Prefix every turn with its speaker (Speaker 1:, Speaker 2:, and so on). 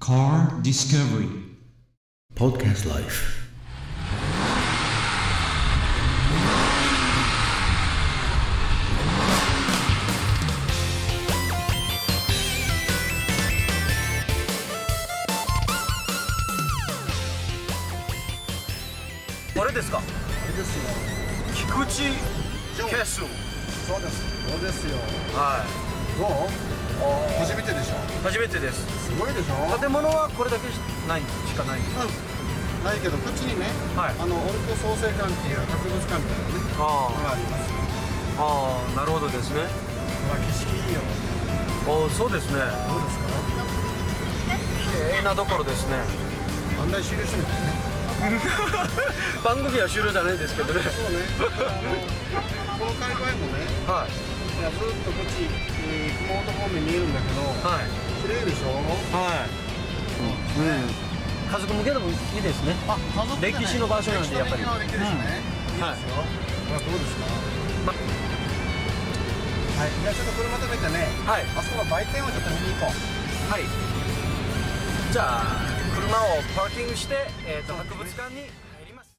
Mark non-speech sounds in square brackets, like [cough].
Speaker 1: Car Discovery
Speaker 2: Podcast Life
Speaker 3: あれですかですよ菊池ケス
Speaker 4: そうです。そうですよ。
Speaker 3: はい
Speaker 4: どう？初めてでしょ。
Speaker 3: 初めてです
Speaker 4: すごいでしょ。
Speaker 3: 建物はこれだけしないしかないんです
Speaker 4: うん。ないけどこっちにね、
Speaker 3: はい
Speaker 4: あのオルコ創生館っていう博物館みたいなね、
Speaker 3: あ
Speaker 4: のがあります。
Speaker 3: あああなるほどですね
Speaker 4: まあ景色いいよ。
Speaker 3: おそうですね
Speaker 4: どうですか？
Speaker 3: 綺麗なところ [laughs] ですね
Speaker 4: 案内終了してみてね。
Speaker 3: 番組は終了じゃないですけどね
Speaker 4: そうね。あの [laughs] この界隈もね、
Speaker 3: はい
Speaker 4: いやずっとこっち、えー熊本方面見えるんだけ
Speaker 3: はい
Speaker 4: ど、綺麗でしょ。
Speaker 3: はい
Speaker 4: ね。
Speaker 3: 家族向けでもいいですね
Speaker 4: あ、家族
Speaker 3: 歴史の場所なんでやっぱり
Speaker 4: 歴史の歴史ですね。いいですよ。
Speaker 3: はい
Speaker 4: まあどうですか？
Speaker 3: ま
Speaker 4: はい。じゃあちょっと車止めてね。
Speaker 3: はい
Speaker 4: あそこの売店をちょっと見に行こう。
Speaker 3: はいじゃあ車をパーキングして、えー、と博物館に